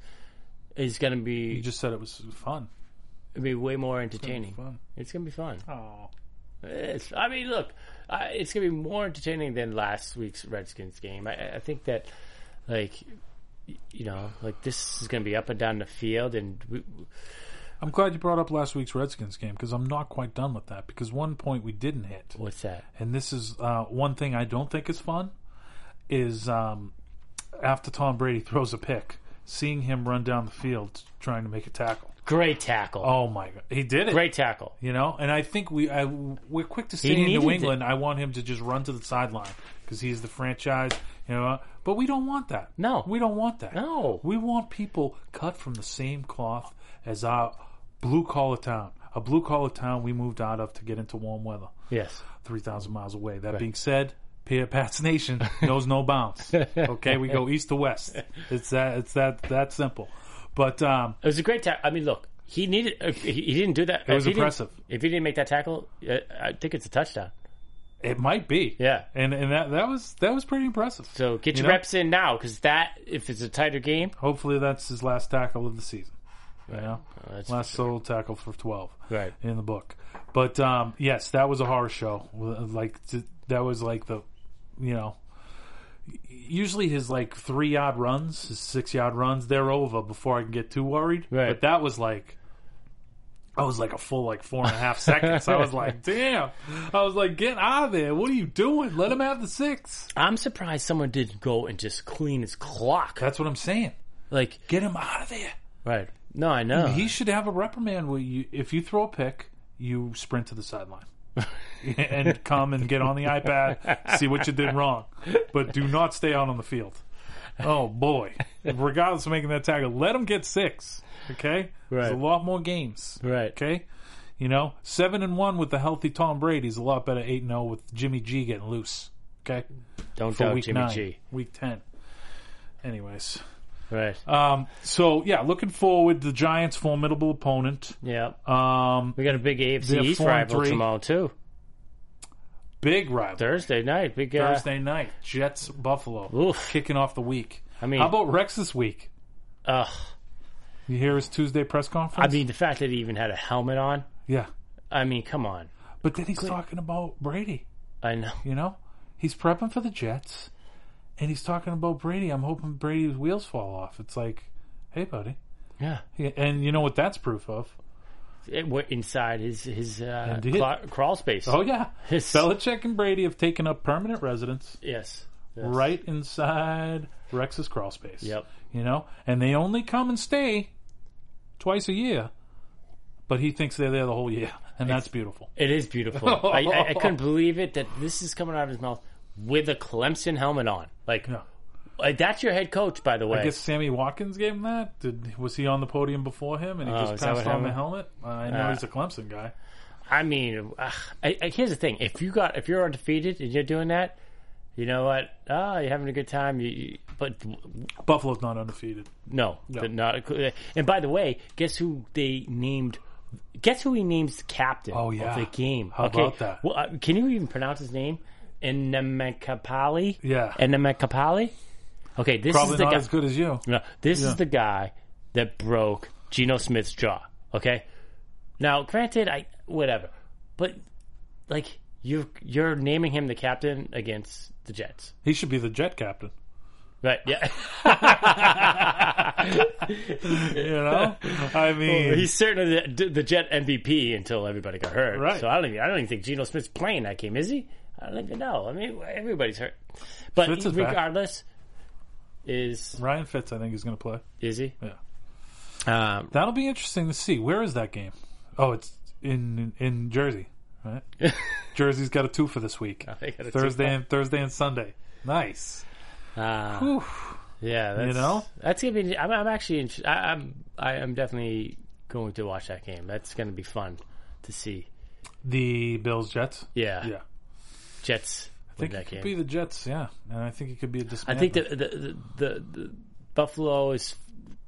is going to You be just said it was fun. be way more entertaining. Fun. It's going to be fun. Oh, It's, I mean, look, I, it's going to be more entertaining than last week's Redskins game. I, I think that, like, you know, like this is going to be up and down the field, and we, I'm glad you brought up last week's Redskins game because I'm not quite done with that because one point we didn't hit, what's that? and this is uh, one thing I don't think is fun, is um, after Tom Brady throws a pick, seeing him run down the field trying to make a tackle. Great tackle, Oh my god, he did it! great tackle. You know, and I think we I, we're quick to say in needed New it. England, I want him to just run to the sideline because he's the franchise. You know, but we don't want that. No. we don't want that. No. we want people cut from the same cloth as our blue collar town. A blue collar town we moved out of to get into warm weather, Yes, three thousand miles away. That being said, Pierre Pat's [LAUGHS] Nation knows no bounds. Okay, we go east to west. It's that. It's that. That simple. But um, it was a great tackle. I mean, look, he needed. If he, he didn't do that. It was impressive. if he didn't make that tackle, uh, I think it's a touchdown. it might be. Yeah. and and that that was that was pretty impressive. So get You your know? reps in now, because that if it's a tighter game, Hopefully, that's his last tackle of the season. You know? that's last solo tackle for twelve Right. in the book. But um, yes, that was a horror show. Like th- that was like the, you know, usually his like three yard runs, his six yard runs, they're over before I can get too worried. Right. But that was like. I was like a full like four and a half seconds. I was like, "Damn!" I was like, "Get out of there! What are you doing? Let him have the six. I'm surprised someone didn't go and just clean his clock. That's what I'm saying. Like, Get him out of there. right? No, I know. He should have a reprimand where you, if you throw a pick, you sprint to the [LAUGHS] sideline and come and get on the iPad, see what you did wrong, but do not stay out on the field. Oh boy! Regardless of making that tackle, let him get six. Okay, there's a Right. lot more games. Right. Okay, you know seven and one with the healthy Tom Brady's a lot better eight and zero with Jimmy G getting loose. Okay, Don't for doubt week Jimmy nine, G. week ten. Anyways, Right? um, so yeah, looking forward, the Giants' formidable opponent. yeah. Um, We got a big They're AFC East four and rival three. tomorrow too. big rival Thursday night, big uh, Thursday night. Jets Buffalo Oof. kicking off the week. I mean- how about Rex this week? Ugh. You hear his Tuesday press I conference? mean, the fact that he even had a helmet on. yeah, I mean, come on. but then he's talking about Brady. I know. You know, he's prepping for the Jets, and he's talking about Brady. I'm hoping Brady's wheels fall off. It's like, hey, buddy. Yeah. Yeah, And you know what that's proof of? It went inside his his uh, Indeed. cla- crawl space. Oh yeah, His- Belichick and Brady have taken up permanent residence yes. Yes. right inside Rex's crawl space. Yep. You know, and they only come and stay twice a year, but he thinks they're there the whole year, [LAUGHS] and that's beautiful. It is beautiful. I, I, [LAUGHS] I couldn't believe it that this is coming out of his mouth with a Clemson helmet on. Like, Yeah. like, that's your head coach, by the way. I guess Sammy Watkins gave him that. Did was he on the podium before him, and he Oh, just is that passed what on the happened? helmet? Uh, I know Ah. he's a Clemson guy. I mean, ugh, I, I, here's the thing: if you got if you're undefeated and you're doing that, you know what? Ah, you're having a good time. You, you, but Buffalo's not undefeated. no, but not. And by the way, guess who they named? Guess who he names the captain Oh, yeah. of the game? How okay. about that? Well, uh, can you even pronounce his name? Enemekapali. Yeah. Enemekapali. Okay, this Probably is the not guy. as good as you. No, this Yeah. is the guy that broke Geno Smith's jaw. Okay. Now, granted, I whatever, but like you, you're naming him the captain against the Jets, He should be the Jet captain. right? Yeah, You [LAUGHS] know, I mean, he's certainly the, the Jet MVP until everybody got hurt. Right. So I don't even, I don't even think Geno Smith's playing that game, is he? I don't even know. I mean, everybody's hurt, but Fitz is back. regardless, is Ryan Fitz, I think, is going to play. is he? Yeah. Um, That'll be interesting to see. Where is that game? Oh, it's in in Jersey, [LAUGHS] right? Jersey's got a two for this week. Oh, they got a Thursday two-for. and Thursday and Sunday. Nice. Uh, Whew. Yeah, that's, know? that's gonna be. I'm, I'm actually. Inter- I, I'm. I am definitely going to watch that game. That's gonna be fun to see. The Bills Jets. Yeah, Yeah. Jets I think win it that could game. be the Jets, yeah. And I think it could be a I dismantle. think the the, the the the Buffalo is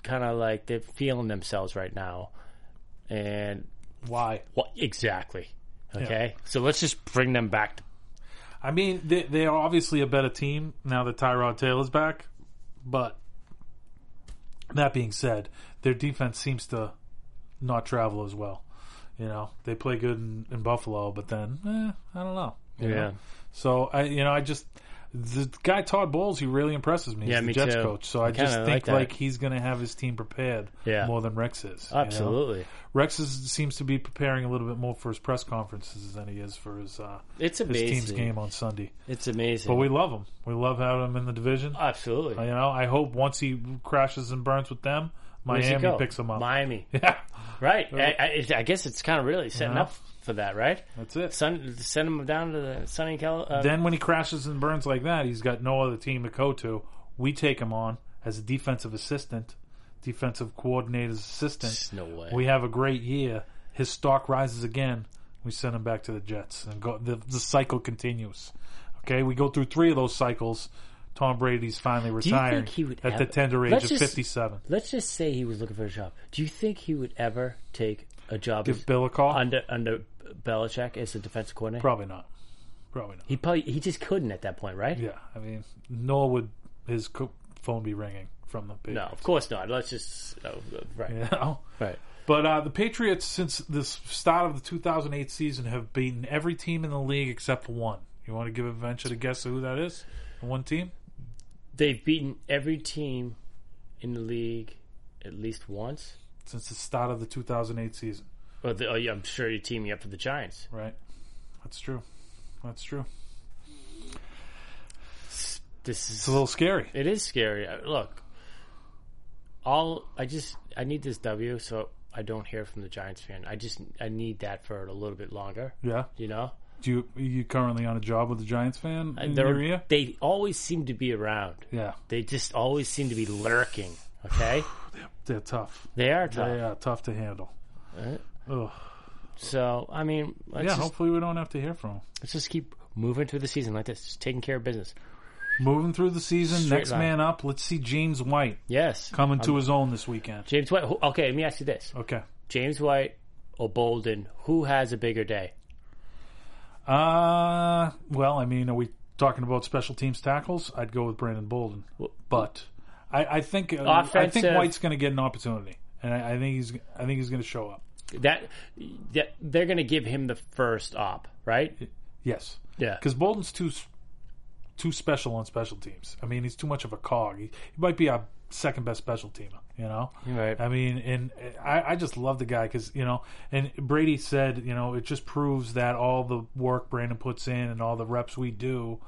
kind of like they're feeling themselves right now, and why? what exactly? Okay, so let's just bring them back. To, I mean, they they are obviously a better team now that Tyrod Taylor's back, but that being said, their defense seems to not travel as well. You know, they play good in, in Buffalo, but then eh, I don't know. you know? yeah, So I, you know, I just the guy Todd Bowles, he really impresses me. He's Yeah, the me Jets too. coach. So I, I kinda just like think that. like, he's going to have his team prepared Yeah. more than Rex is. you know? Absolutely. Rex is, seems to be preparing a little bit more for his press conferences than he is for his uh, It's his amazing. team's game on Sunday. It's amazing. But we love him. We love having him in the division. Uh, Absolutely. you know, I hope once he crashes and burns with them, Where's he Miami go? picks him up. Miami. [LAUGHS] yeah, Right. I, I, it- I guess it's kind of really setting Yeah. up for that, right? that's it. Sun, send him down to the sunny Cal. Uh, then when he crashes and burns like that, he's got no other team to go to. We take him on as a defensive assistant, defensive coordinator's assistant. no way. We have a great year. His stock rises again. We send him back to the Jets, and go, the, the cycle continues. Okay, we go through three of those cycles. Tom Brady's finally you think retiring he would at the ever- tender age Let's of just- fifty-seven. Let's just say he was looking for a job. Do you think he would ever take a job as- Give Bill a call? under under Belichick as a defensive coordinator? Probably not. Probably not. He probably he just couldn't at that point, right? Yeah, I mean, nor would his co- phone be ringing from the No, Patriots. of course not. Let's just oh, uh, [LAUGHS] right, You know? right. But uh, the Patriots, since the s- start of the 2008 season, have beaten every team in the league except one. You want to give a venture to guess who that is? One team? They've beaten every team in the league at least once. Since the start of the 2008 season, Well, the, oh, yeah, I'm sure you're teaming up for the Giants. right? That's true. That's true. This is It's a little scary. It is scary. Uh, Look, all I just I need this W so I don't hear from the Giants fan. I just I need that for a little bit longer. Yeah. You know, Do you are you currently on a job with a Giants fan in They're- your ear? they always seem to be around. Yeah, They just always seem to be lurking. Okay, they're tough. they are tough. They are tough to handle. Right. Ugh. So I mean, let's, Yeah. just, Hopefully, we don't have to hear from them. let's just keep moving through the season like this, just taking care of business. Moving through the season, Straight next line. man up. Let's see James White Yes, coming to his own this weekend. James White. Who, okay, let me ask you this: Okay. James White or Bolden, who has a bigger day? Uh, well, I mean, are we talking about special teams tackles? I'd go with Brandon Bolden, but I, I think uh, I think Offensive- White's going to get an opportunity, and I, I think he's I think he's going to show up. That, that they're going to give him the first op, right? Yes, Yeah. because Bolden's too s- too special on special teams. I mean, he's too much of a cog. He, he might be our second best special teamer. You know, Right. I mean, and I, I just love the guy because you know, and Brady said, you know, it just proves that all the work Brandon puts in and all the reps we do,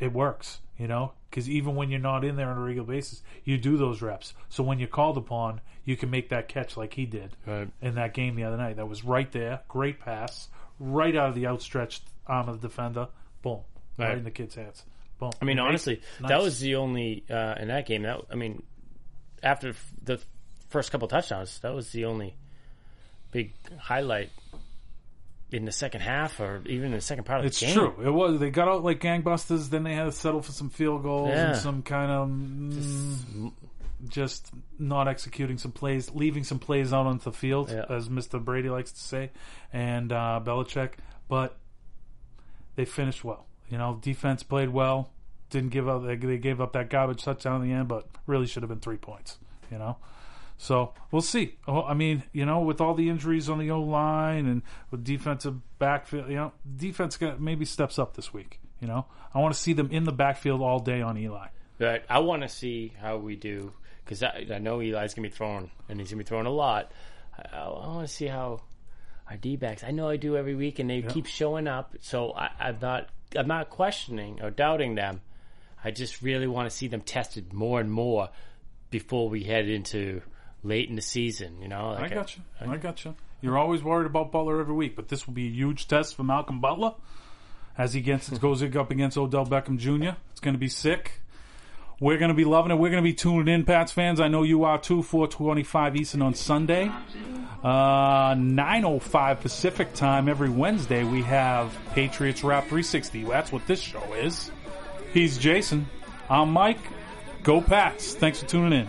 it works. You know, because even when you're not in there on a regular basis, you do those reps. So when you're called upon, you can make that catch like he did Right. in that game the other night. That was right there, great pass, right out of the outstretched arm of the defender. Boom, right, Right. in the kid's hands. Boom. I mean, honestly, that nice. was the only uh, in that game. That I mean, after f- the first couple touchdowns, that was the only big highlight in the second half, or even in the second part of It's the game. true. It was. They got out like gangbusters. Then they had to settle for some field goals Yeah. and some kind of mm, just not executing some plays, leaving some plays out onto the field, Yeah. as Mister Brady likes to say, and uh, Belichick. But they finished well. You know, defense played well. Didn't give up. They, they gave up that garbage touchdown in the end, but really should have been three points. You know. So we'll see. Oh, I mean, you know, with all the injuries on the O line and with defensive backfield, you know, defense got, maybe steps up this week. You know, I want to see them in the backfield all day on Eli. But I want to see how we do because I, I know Eli's gonna be thrown, and he's gonna be thrown a lot. I, I want to see how our D backs. I know I do every week, and they keep showing up. So I, I'm not I'm not questioning or doubting them. I just really want to see them tested more and more before we head into late in the season. You know, I like got you. I got you. You're always worried about Butler every week, but this will be a huge test for Malcolm Butler as he gets goes up against Odell Beckham Jr. It's going to be sick. We're going to be loving it. We're going to be tuning in, Pats fans. I know you are too. 425 Eastern on Sunday. Uh, 905 Pacific time every Wednesday. We have Patriots Wrap 360. That's what this show is. He's Jason. I'm Mike. Go Pats. Thanks for tuning in.